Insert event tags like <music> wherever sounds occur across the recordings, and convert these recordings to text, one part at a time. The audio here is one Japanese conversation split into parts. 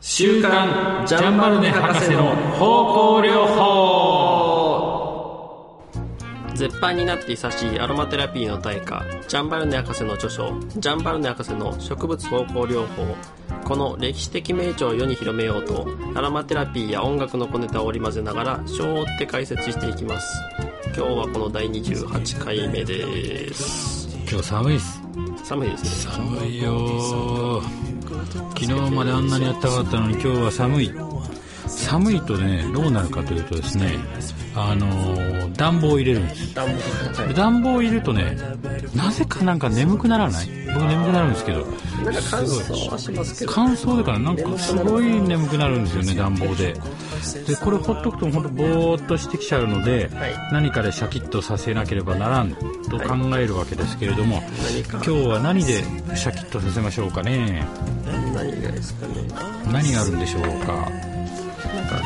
週刊ジャンバルネ博士の方向療法絶版になって久しいアロマテラピーの大家ジャンバルネ博士の著書「ジャンバルネ博士の植物方向療法」この歴史的名著を世に広めようとアロマテラピーや音楽の小ネタを織り交ぜながら章を追って解説していきます今日はこの第28回目です今日寒いっす寒いですね寒いよ昨日まであんなに暖かかったのに今日は寒い寒いとねどうなるかというとですねあのー暖房を入れるんです暖房で暖房を入れるとねなぜかなんか眠くならない僕眠くなるんですけなどんか乾燥はしますけど乾燥だからなんかすごい眠くなるんですよね暖房ででこれほっとくとほんとぼーっとしてきちゃうので、はい何かでシャキッとさせなければならんと考えるわけですけれども、何か今日は何でシャキッとさせましょうかね何がですかね何があるんでしょうかなんかい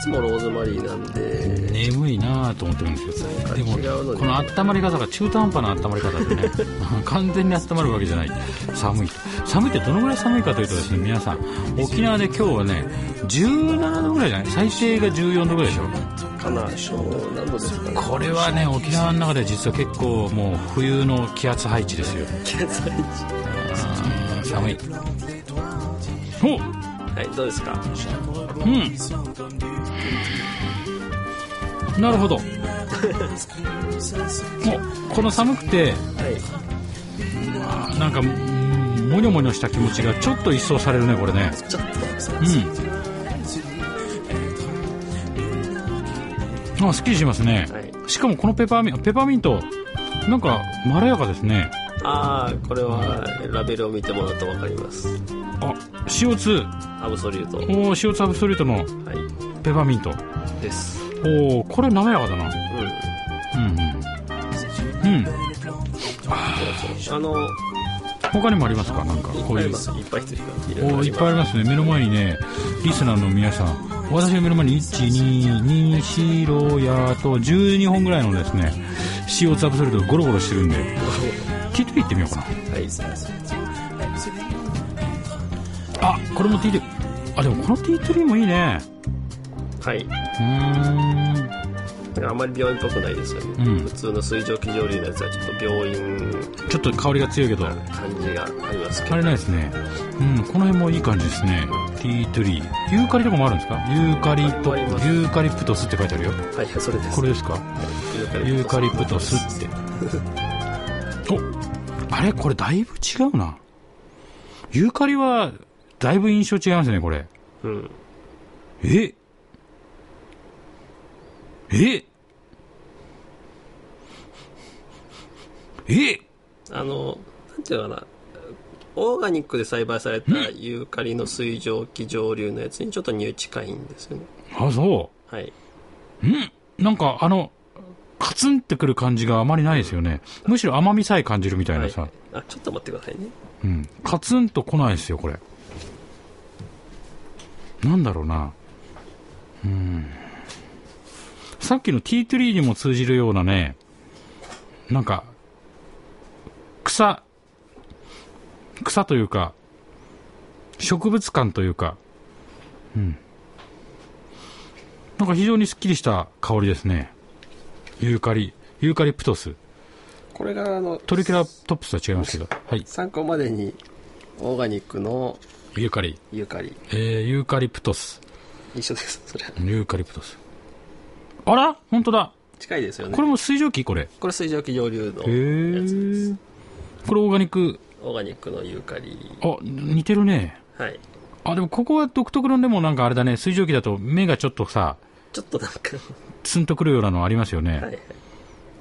つもローズマリーなんで眠いなぁと思ってるんですよかでも違うのにこの温まり方が中途半端な温まり方でね <laughs> 完全に温まるわけじゃない寒い寒いってどのぐらい寒いかというとですね皆さん沖縄で今日はね17度ぐらいじゃない最低が14度ぐらいでしょかな小何度ですかねこれはね沖縄の中では実は結構もう冬の気圧配置ですよ現在地あー寒いおはい、どうですかうんなる <laughs> ほどもうこの寒くてはい。あーなんかうんもにょもにょした気持ちがちょっと一掃されるねこれねちょっうんあすっきりしますねと。はい。しかもこのペパーミンペパーミントなんかまろやかですねああ、これはラベルを見てもらうとわかります。あ CO2 アブソリュート。おー CO2 アブソリュートのはい。ペパーミントです。おおこれ滑らかだなううんうんうんん。あの、他にもありますかなんかこうあいりうます。いっぱい人いる。おーいっぱいありますね目の前にねリスナーの皆さん私の目の前に122白やと12本ぐらいのですね CO2 アブソルトがゴロゴロしてるんで聞いていってみようかなはい。あこれもティートリーあでもこのティートリーもいいねはい。うーだからあまり病院っぽくないですよね。うん普通の水蒸気蒸留のやつはちょっと病院んちょっと香りが強いけど感じがありますけどあれ。ないですねうんこの辺もいい感じですねティートリーユーカリとかもあるんですかユーカリとありますユーカリプトスって書いてあるよはい、それです。これですかユーカリプトスって <laughs> おあれこれだいぶ違うなユーカリはだいぶ印象違いますねこれうん。えええあの、なんていうのかな、オーガニックで栽培されたユーカリの水蒸気蒸留のやつにちょっと匂い近いんですよね。あそはい。ううんなんかあのカツンってくる感じがあまりないですよねむしろ甘みさえ感じるみたいはないさ、、あ、ちょっと待ってくださいね。うん、カツンと来ないですよこれなんだろうなうんさっきの T3 にも通じるようなねなんか草草というか植物感というかうんなんか非常にすっきりした香りですねユーカリユーカリプトスこれが、あの、トリケラトプスとは違いますけどはい参考までにオーガニックのユーカリユーカリ。えー、ユーカリプトス。一緒です。それはユーカリプトス。あら本当だ。近いですよね。ここれ、れも水蒸気これ。へ水蒸気蒸留のやつです。ー。これオーガニック。オーガニックのユーカリ。あ、似てるね。はい。あ、でもここは独特のでもなんかあれだね、水蒸気だと目がちょっとさ、ちょっとなんか、ツンとくるようなのありますよね。はいはい。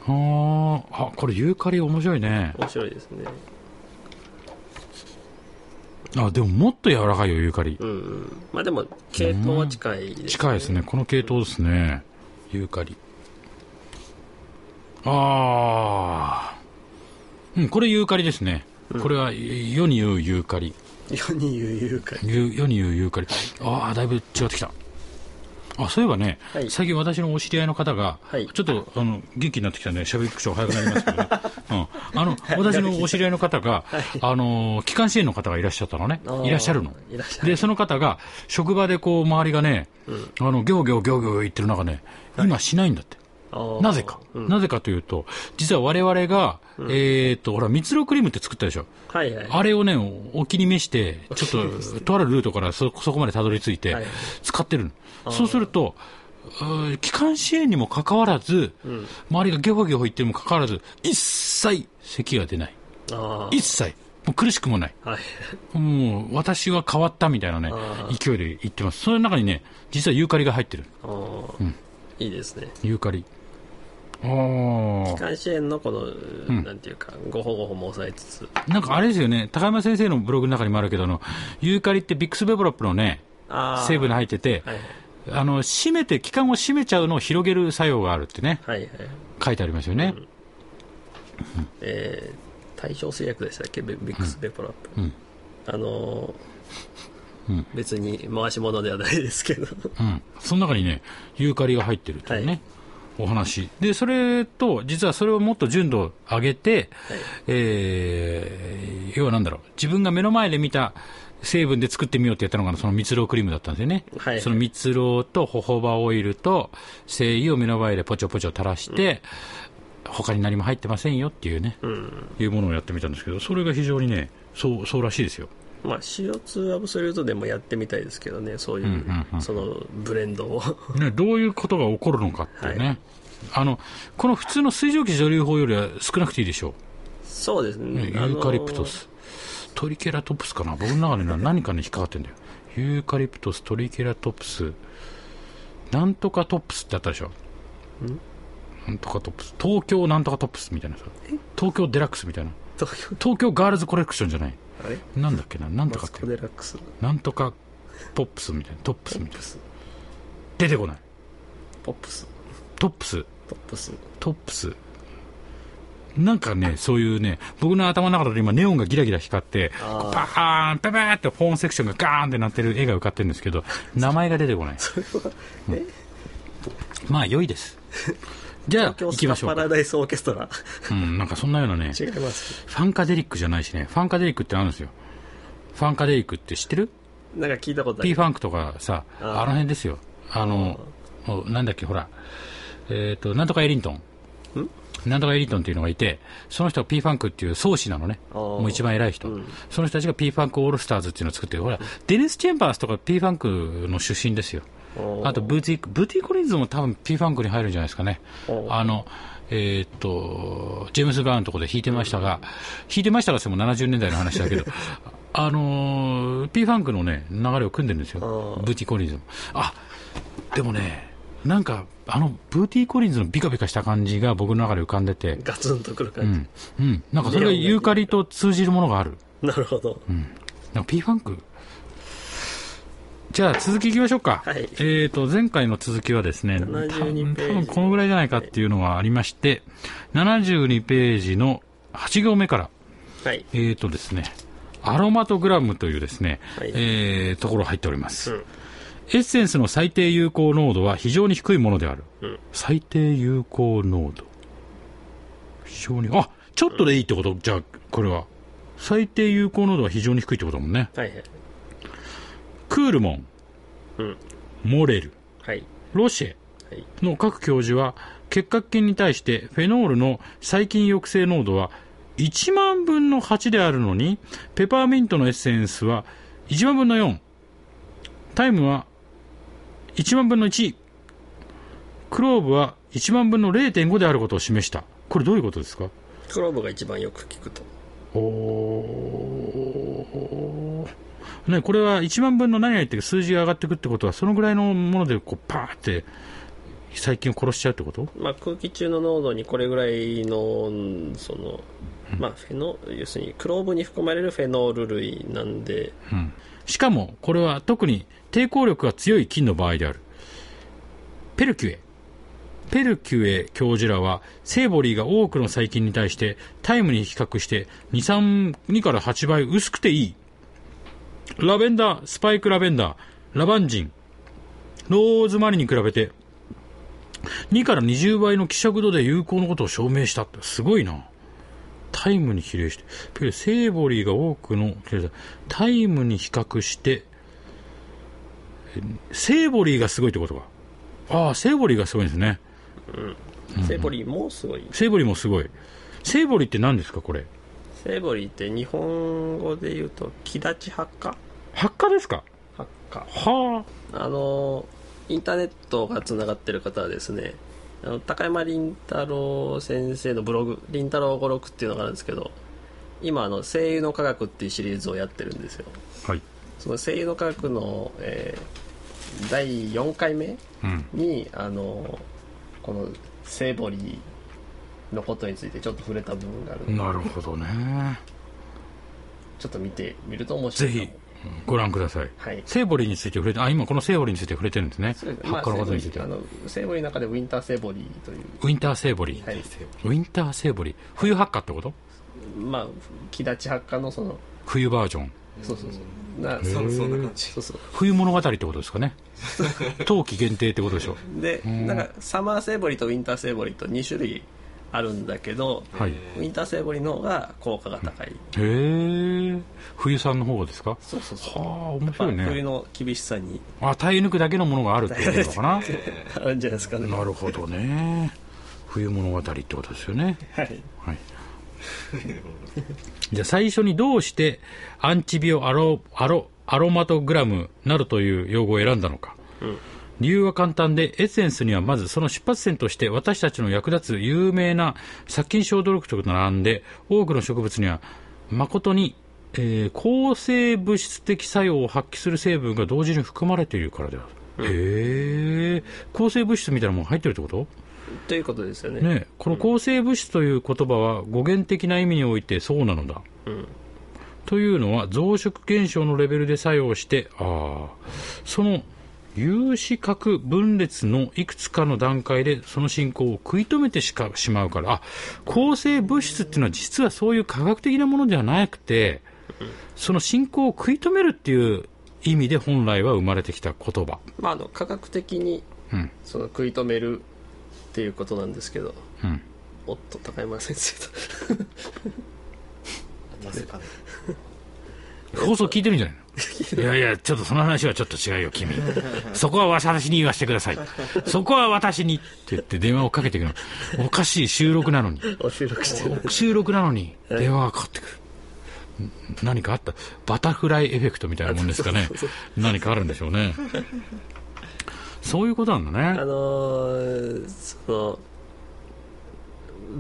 あーあ、これユーカリ面白いね。面白いですね。あ、でももっと柔らかいよ、ユーカリう。んうん。まあでも、系統は近いです、近いですね。この系統ですね。ユーカリ。ああ。うん、これユーカリですね。これは世に言うユーカリ。世に言うユーカリ。ゆ世に言うユーカリ。ああ、だいぶ違ってきた。ああそういえばね、はい最近私のお知り合いの方が、はいちょっとあの元気になってきたんで、しゃべり口調早くなりますけ <laughs> ど、ねうん、あの私のお知り合いの方が、あの機関支援の方がいらっしゃったのねあ、ーいらっしゃるの。いらっしゃる。で、その方が、職場でこう、周りがね、あの、行行行行言ってる中ね、今しないんだって。あーなぜか、うんなぜかというと、実は我々が、えーっと、ほら、蜜ろクリームって作ったでしょ。はいはい。あれをね、お気に召して、ち <laughs> ょっと、とあるルートからそそこまでたどり着いてはい、使ってるの。そうすると、うん機関支援にもかかわらず、周りがゲホゲホ言ってるにもかかわらず、一切咳が出ない。あ一切。もう苦しくもない。あ。はい。もう、私は変わったみたいなねあ、勢いで言ってます。その中にね、実はユーカリが入ってる。あーいいですね。ユーカリ。あー関支援のこの、なんていうか、ごほごほも抑えつつ。なんかあれですよね、高山先生のブログの中にもあるけど、あの、ユーカリってビックスベブロップのね、ああ。成分に入ってて、はいあの、締めて、気管を締めちゃうのを広げる作用があるってね、はいはい。書いてありますよね。えー、対象製薬でしたっけビビックスベポラップ。んあのーうん別に回し物ではないですけど。 <laughs> うん。その中にね、ユーカリが入ってるというね、お話。で、それと、実はそれをもっと純度を上げて、はいえー、要はなんだろう、自分が目の前で見た成分で作ってみようってやったのが、その蜜ろうクリームだったんですよね。はいその蜜ろうとホホバオイルと精油を目の前でポチョポチョ垂らして、他に何も入ってませんよっていうね、うん。いうものをやってみたんですけど、それが非常にね、そう、そうらしいですよ。まあ CO2 アブソリュートでもやってみたいですけどね、そういう、んうんうんそのブレンドを。 <laughs> ね、どういうことが起こるのかっていうね。はあの、この普通の水蒸気蒸留法よりは少なくていいでしょそうですう。ね。ねあのーユーカリプト。ス。トリケラトプスかな僕の中でな何かに引っかかってんだよ。ユーカリプトス、トリケラトプス、なんとかトップスってあったでしょなんとかトップス。東京なんとかトップスみたいなさ。東京デラックスみたいな。東京、東京ガールズコレクションじゃない。あれなんだっけななんとマかっスてコ。デラックス。なんとかポップスみたいな。トップスみたポッいなプ。ス。出てこない。ポップス。トップス。ポップス。トップス。なんかね、そういうね、僕の頭の中で今ネオンがギラギラ光って、あーこうパーン、ペペーってホーンセクションがガーンってなってる絵が浮かってるんで <laughs> すけど、名前が出てこない。うんまあ、良 <laughs> いです。じゃあ、行東き京まスしカょパうかラ。ダイスオーケストラ。うん、なんかそんなようなね、違フいます。ァンカデリックじゃないしね、ファンカデリックってあるんですよ。ファンカデリックって知ってるなんか聞いたことあ P るフ。ァンクとかさ、ああーの辺ですよ。あの、おなんだっけ、ほら、えっ、と、なんとかエリントン。なんとかエリントンっていうのがいて、その人が P ファンクっていう創始なのね。あーもう一番偉い人。うんその人たちが P ファンクオールスターズっていうのを作ってる。ほら、デニス・チェンバースとか P ファンクの出身ですよ。おーあと、ブーティー、ブーティー・コリンズも多分 P ファンクに入るんじゃないですかねお。ーあの、えーっと、ジェームス・ブラウンのところで弾いてましたが、弾いてましたが、それも70年代の話だ <laughs> けど、あのー、P ファンクのね、流れを組んでるんですよ。あーブーティー・コリンズも。あ、でもね、なんか、あの、ブーティー・コリンズのビカビカした感じが僕の中で浮かんでて、ガツンとくるう感ん。うん。なんかそれがユーカリと通じるものがある。じ。なるほど。なんか P ファンクじゃあ続きいきましょうか。はいえっ、と、前回の続きはですね、多72分ページ多分このぐらいじゃないかっていうのがありまして、72ページの8行目から、はい。えっ、とですね、アロマトグラムというですね、はいえーところ入っております、うんエッセンスの最低有効濃度は非常に低いものである。うん最低有効濃度。非常に、あちょっとでいいってこと、じゃあ、これは。最低有効濃度は非常に低いってことだもんね。はいはい。クールモン、うんモレル、はい。ロシェはい。の各教授は、結核菌に対してフェノールの細菌抑制濃度は1万分の8であるのに、ペパーミントのエッセンスは1万分の4、タイムは1万分の1、クローブは1万分の0.5であることを示した。これどういうことですかクローブが一番よく聞くと。おーね、これは1万分の何が言って数字が上がっていくってことは、そのぐらいのものでこうパーって細菌を殺しちゃうってことまあ、空気中の濃度にこれぐらいのうんその、まあ、フェノ要するにクローブに含まれるフェノール類なんでしかも、これは特に抵抗力が強い菌の場合である。ペルキュエ。ペルキュエ教授らは、セーボリーが多くの細菌に対して、タイムに比較して2、3、2から8倍薄くていい。ラベンダー、スパイクラベンダー、ラバンジン、ローズマリーに比べて、2から20倍の希釈度で有効のことを証明したって、すごいな。タイムに比例して、ペレセーボリーが多くの、タイムに比較して、えセーボリーがすごいってことか。ああ、セーボリーがすごいんですね。セーボリーもすごい。セーボリーもすごい。セーボリーって何ですか、これ。セーボリーって日本語で言うと、木立ち発火発火ですか発火。はあの、インターネットがつながってる方はですね、あの高山林太郎先生のブログ、林太郎語録っていうのがあるんですけど、今、あの、声優の科学っていうシリーズをやってるんですよ。あ。はい。その声優の科学の、えー第4回目うん。に、あの、このセーボリーのことについてちょっと触れた部分があるので、なるほどね。ちょっと見てみると面白ぜいかもひ、ご覧ください。はい。セーボリーについて触れて、あ、今このセーボリーについて触れてるんですね。そうですま発あ、火のことにつセいーボてリーあ。のセーボリーの中でウィンターセーボリーというウィンターセーボリー。はいウィンターセーボリー。冬発火ってことまあ木立ち発火のその冬バージョン。そうそうそうなそ寒そうな感じうそう冬物語ってことですかね。冬季限定ってことでしょでなんかサマーセーボリーとウィンターセーボリーと2種類あるんだけど、う。はい。へウィンターセーボリーの方が効果が高い、え。冬さんの方ですかそうそうそうはあ、面まあ白い冬ね。の厳しさに <laughs> あ、耐え抜くだけのものがあるってことなのかな。あるんじゃないですかねなるほどね。冬物語ってことですよね。はいはい。 <laughs> じゃあ最初にどうしてアンチビオアロアロアロマトグラムなどという用語を選んだのか、理由は簡単でエッセンスにはまずその出発点として私たちの役立つ有名な殺菌消毒薬と並んで多くの植物には誠に、えー抗生物質的作用を発揮する成分が同時に含まれているからである、へえ抗生物質みたいなもの入ってるってことということですよねね、この抗生物質という言葉は語源的な意味においてそうなのだ、うんというのは増殖現象のレベルで作用してああその有子核分裂のいくつかの段階でその進行を食い止めてしかしまうからあ抗生物質っていうのは実はそういう科学的なものではなくてその進行を食い止めるっていう意味で本来は生まれてきた言葉、まああの科学的にうんその食い止めるっていうことなんですけどうん、おっと高山先生となぜかね放送聞いてるんじゃないのいやいや、ちょっとその話はちょっと違うよ、 <laughs> 君。そこは私に言わせてください。そこは私にって言って電話をかけてくるの。おかしい、収録なのに。 <laughs> お収録してる収録なのに電話がかかってくる。ん何かあったバタフライエフェクトみたいなもんですかね。何かあるんでしょうね。そういうことなんだあね。のーその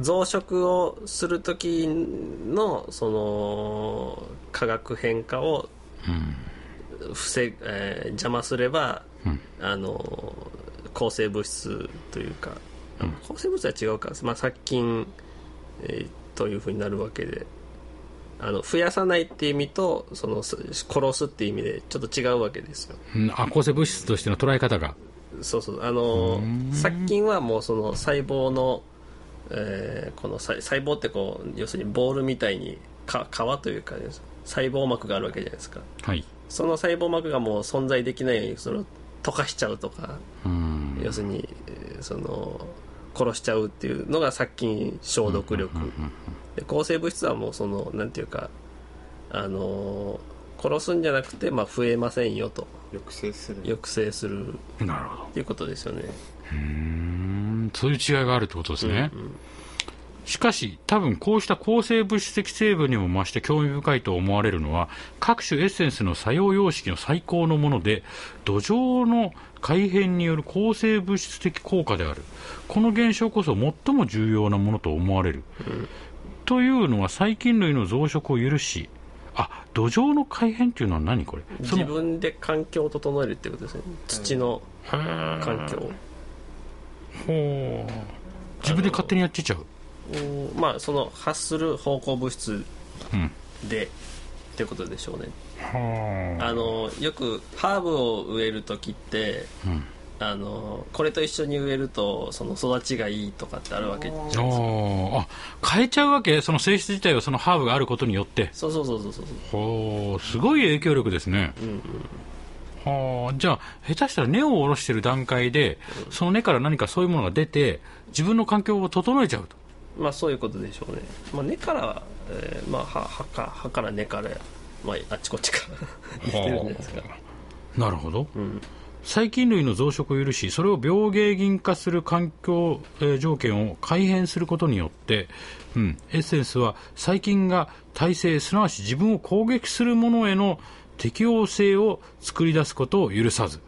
増殖をする時のその化学変化を防ぐ、えー邪魔すれば、あのー抗生物質というか、あ抗生物質は違うか、まあ、殺菌、えーというふうになるわけであの増やさないっていう意味とそのす殺すっていう意味でちょっと違うわけですようんあ、抗生物質としての捉え方が。そうそうあの殺菌はもうその細胞の、えーこの細細胞ってこう要するにボールみたいにか皮というか、ね、細胞膜があるわけじゃないですかはい。その細胞膜がもう存在できないようにそれを溶かしちゃうとか、うん要するに、えーその殺しちゃうっていうのが殺菌消毒力、で抗生物質はもうそのなんていうかあのー殺すんじゃなくて、まあ、増えませんよと抑制する抑制するなるほど。っていうことですよねうんそういう違いがあるってことですね。しかし、多分こうした抗生物質的成分にも増して興味深いと思われるのは、各種エッセンスの作用様式の最高のもので、土壌の改変による抗生物質的効果である。この現象こそ最も重要なものと思われる。というのは細菌類の増殖を許し、あ、土壌の改変っていうのは何これそ自の分で環境を整えるっていうことですね土の環境ほう自分で勝手にやっちゃう。をまあその発する方向物質うんで、っていうことでしょうねはあのよくハーブを植える時って、んあのこれと一緒に植えるとその育ちがいいとかってあるわけあーあ変えちゃうわけその性質自体はそのハーブがあることによってそうそうそうそうそうほうすごい影響力ですね、んはあ、じゃあ、下手したら根を下ろしてる段階で、その根から何かそういうものが出て、自分の環境を整えちゃうと。まあそういうことでしょうね、まあ、根から、えーまあ、は葉か葉から根から、まあ、あっちこっちから <laughs> 生きてるんじゃないですか、なるほど。うん、細菌類の増殖を許し、それを病原菌化する環境、えー条件を改変することによって、うん、エッセンスは細菌が耐性、すなわち自分を攻撃するものへの適応性を作り出すことを許さず、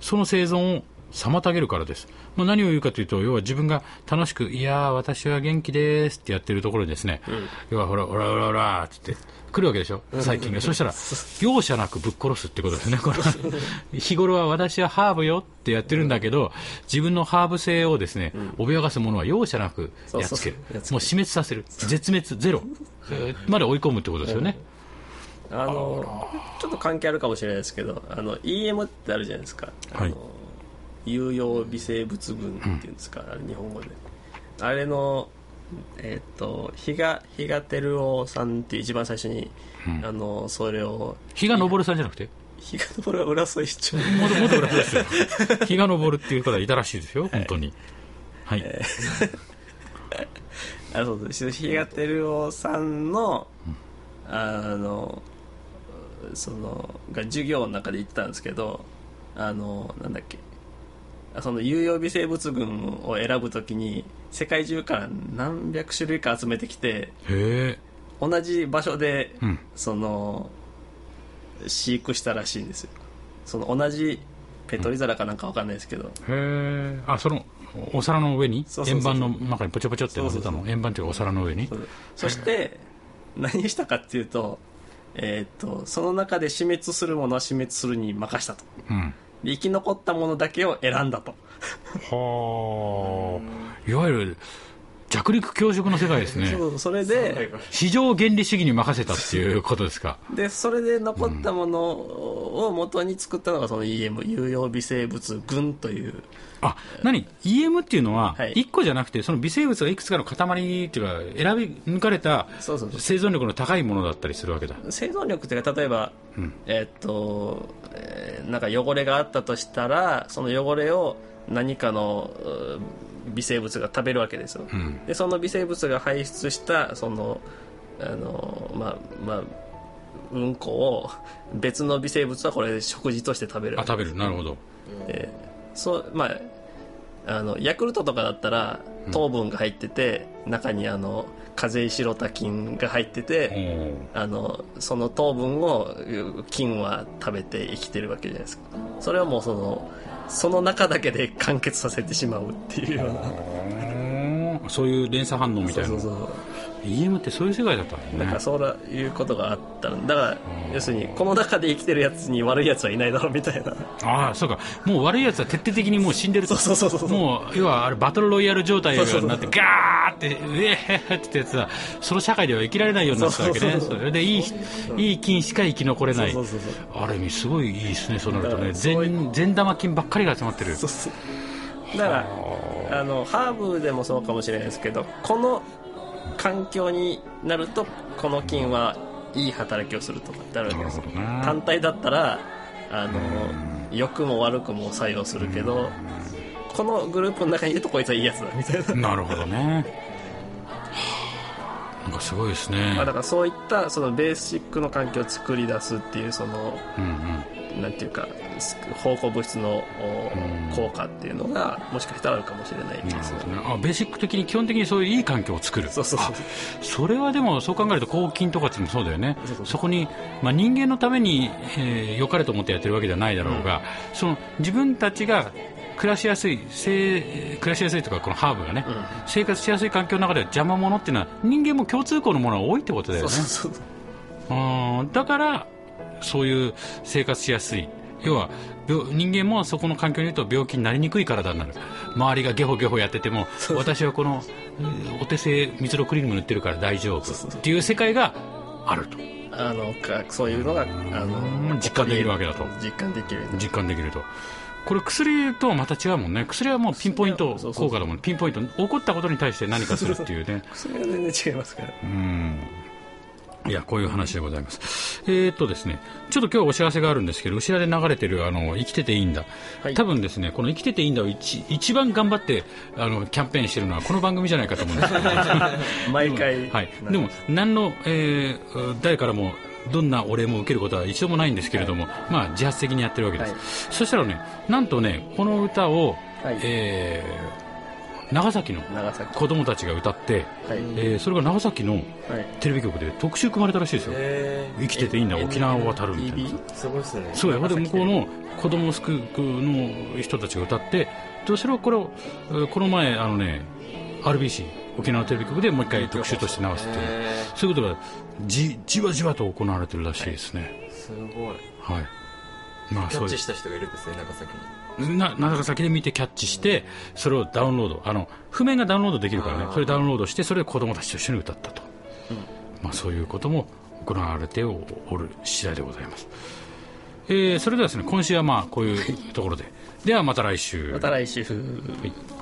その生存を妨げるからです。まあ、何を言うかというと、要は自分が楽しく、いやー、私は元気ですってやってるところにですね、要はほら、ほらほらほらって言って、来るわけでしょ、細菌が。そしたら、容赦なくぶっ殺すってことですね、これは日頃は私はハーブよってやってるんだけど、自分のハーブ性をですね、脅かすものは容赦なくそうやっそうつける。やっつけるもう死滅させる。絶滅、ゼロ。えーまで追い込むってことですよね。あのちょっと関係あるかもしれないですけどあの EM ってあるじゃないですかあの、はい有用微生物群っていうんですか、あれ日本語であれのえっ、と比嘉比嘉照夫さんっていう一番最初に、あのそれを日が昇るさんじゃなくて、比嘉照夫は浦添市長もっともっと裏ですよ。日が昇るっていう方がいたらしいですよ、本当に。はい。あそうです日賀照夫さんの,、あのそのが授業の中で言ってたんですけどあのなんだっけあその有用微生物群を選ぶときに世界中から何百種類か集めてきてへえ。同じ場所で、うんその飼育したらしいんですよその同じペトリ皿かなんかわかんないですけど、へえ。あ、その、お皿の上に、そうそう円そう盤の中にポチョポチョって乗せたそうそうの。円盤というかお皿の上にそ。うそして何したかっていうと,、えー、とその中で死滅するものは死滅するに任したとうん。で生き残ったものだけを選んだとはあ、いわゆる弱肉強食の世界ですね。そうそれで市場原理主義に任せたっていうことですか。でそれで残ったものを元に作ったのがその EM 有用微生物群というあ、何 ?EM っていうのははい、 1個じゃなくて、その微生物がいくつかの塊っていうか、選び抜かれたそうそうそう生存力の高いものだったりするわけだ。生存力というか例えば、えーっと、えーなんか汚れがあったとしたらその汚れを何かのうー微生物が食べるわけですよ、でその微生物が排出したそのあのまあまあうんこを別の微生物はこれ食事として食べるあ、食べる。なるほど。でそうまああのヤクルトとかだったら糖分が入ってて、中にあの風邪白タ菌が入ってて、おーあのその糖分をう菌は食べて生きてるわけじゃないですかそれはもうそのその中だけで完結させてしまうっていうようなうんそういう連鎖反応みそたういそなう。そう EM ってそういう世界だったんなんだかね。そういうことがあったんだから要するにこの中で生きてるやつに悪いやつはいないだろうみたいなああ、そうか。もう悪い奴は徹底的にもう死んでるとそう。そうそうそうもう要はあれバトルロイヤル状態そうにそうなっそてうガーって「うえーって言ってたその社会では生きられないようになったわけそねうそうそうそれでいいいい菌しか生き残れないそうそうそうそある意味すごいいいですねそうなるとねだからそうい善善玉菌ばっかりが集まってるそうそうだからあのハーブでもそうかもしれないですけどこの環境になるとこの菌はいい働きをするとかってあるわけなでるすほよどね単体だったらあの良くも悪くも作用するけどこのグループの中にいるとこいつはいいやつだみたいな、なるほどねはあなんかすごいですねまあ、だからそういったそのベーシックの環境を作り出すっていうそのうんうんなんていうかす方向物質のお効果っていうのがもしかしたらあるかもしれないなでるすほねどねあベーシック的に基本的にそういういい環境を作るそうそうそうそれはでもそう考えると抗菌とかっていうのもそうだよねそうそうそこに、まあ、人間のためにえー良、かれと思ってやってるわけじゃないだろうが、その自分たちが暮らしやすいせ暮らしやすいとかこのハーブがね、うん生活しやすい環境の中では邪魔者っていうのは人間も共通項のものが多いってことだよそうねそうそううんだからそういう生活しやすい要は病人間もそこの環境にいると病気になりにくい体になる周りがゲホゲホやってても私はこのうんお手製蜜ろクリーム塗ってるから大丈夫そうそうっていう世界があるとあのかそういうのがあの実感できるわけだと実感できるようになる実感できるとこれ薬とはまた違うもんね薬はもうピンポイントそうそうそう効果だもんねピンポイント起こったことに対して何かするっていうねそれが全然違いますからうんいや、こういう話でございます。えー、っとですね、ちょっと今日お知らせがあるんですけど、後ろで流れてる、あの、生きてていいんだ。はい多分ですね、この生きてていいんだを一一番頑張って、あの、キャンペーンしてるのはこの番組じゃないかと思うんですけど、毎回。はい、でも、何の、えー誰からもどんなお礼も受けることは一度もないんですけれども、まあ、自発的にやってるわけです、はいそしたらね、なんとね、この歌を、はいえー長崎の長崎。子供たちが歌って、はい。えーそれが長崎のはい。テレビ局で特集組まれたらしいですよ、え生きてていいんだ、沖縄を渡るみたいな。ー、すごいっすね。そうよ、ほんで向こうの子供を救うの人たちが歌って、でそれをこれをえーこの前、あのね、RBC、沖縄テレビ局でもう一回特集として流すっていう、えそういうことがじじわじわと行われてるらしいですね。ー、すごい。はい、まあキャそッうでチすした人がいるんですね、長崎に。ななんだか先で見てキャッチして、それをダウンロード、あの譜面がダウンロードできるからねあ、ーそれダウンロードして、それで子供たちと一緒に歌ったと、まあ、そういうことも行われておる次第でございます。えーそれではですね今週はまあこういうところで、ではまた来週。また来週。はい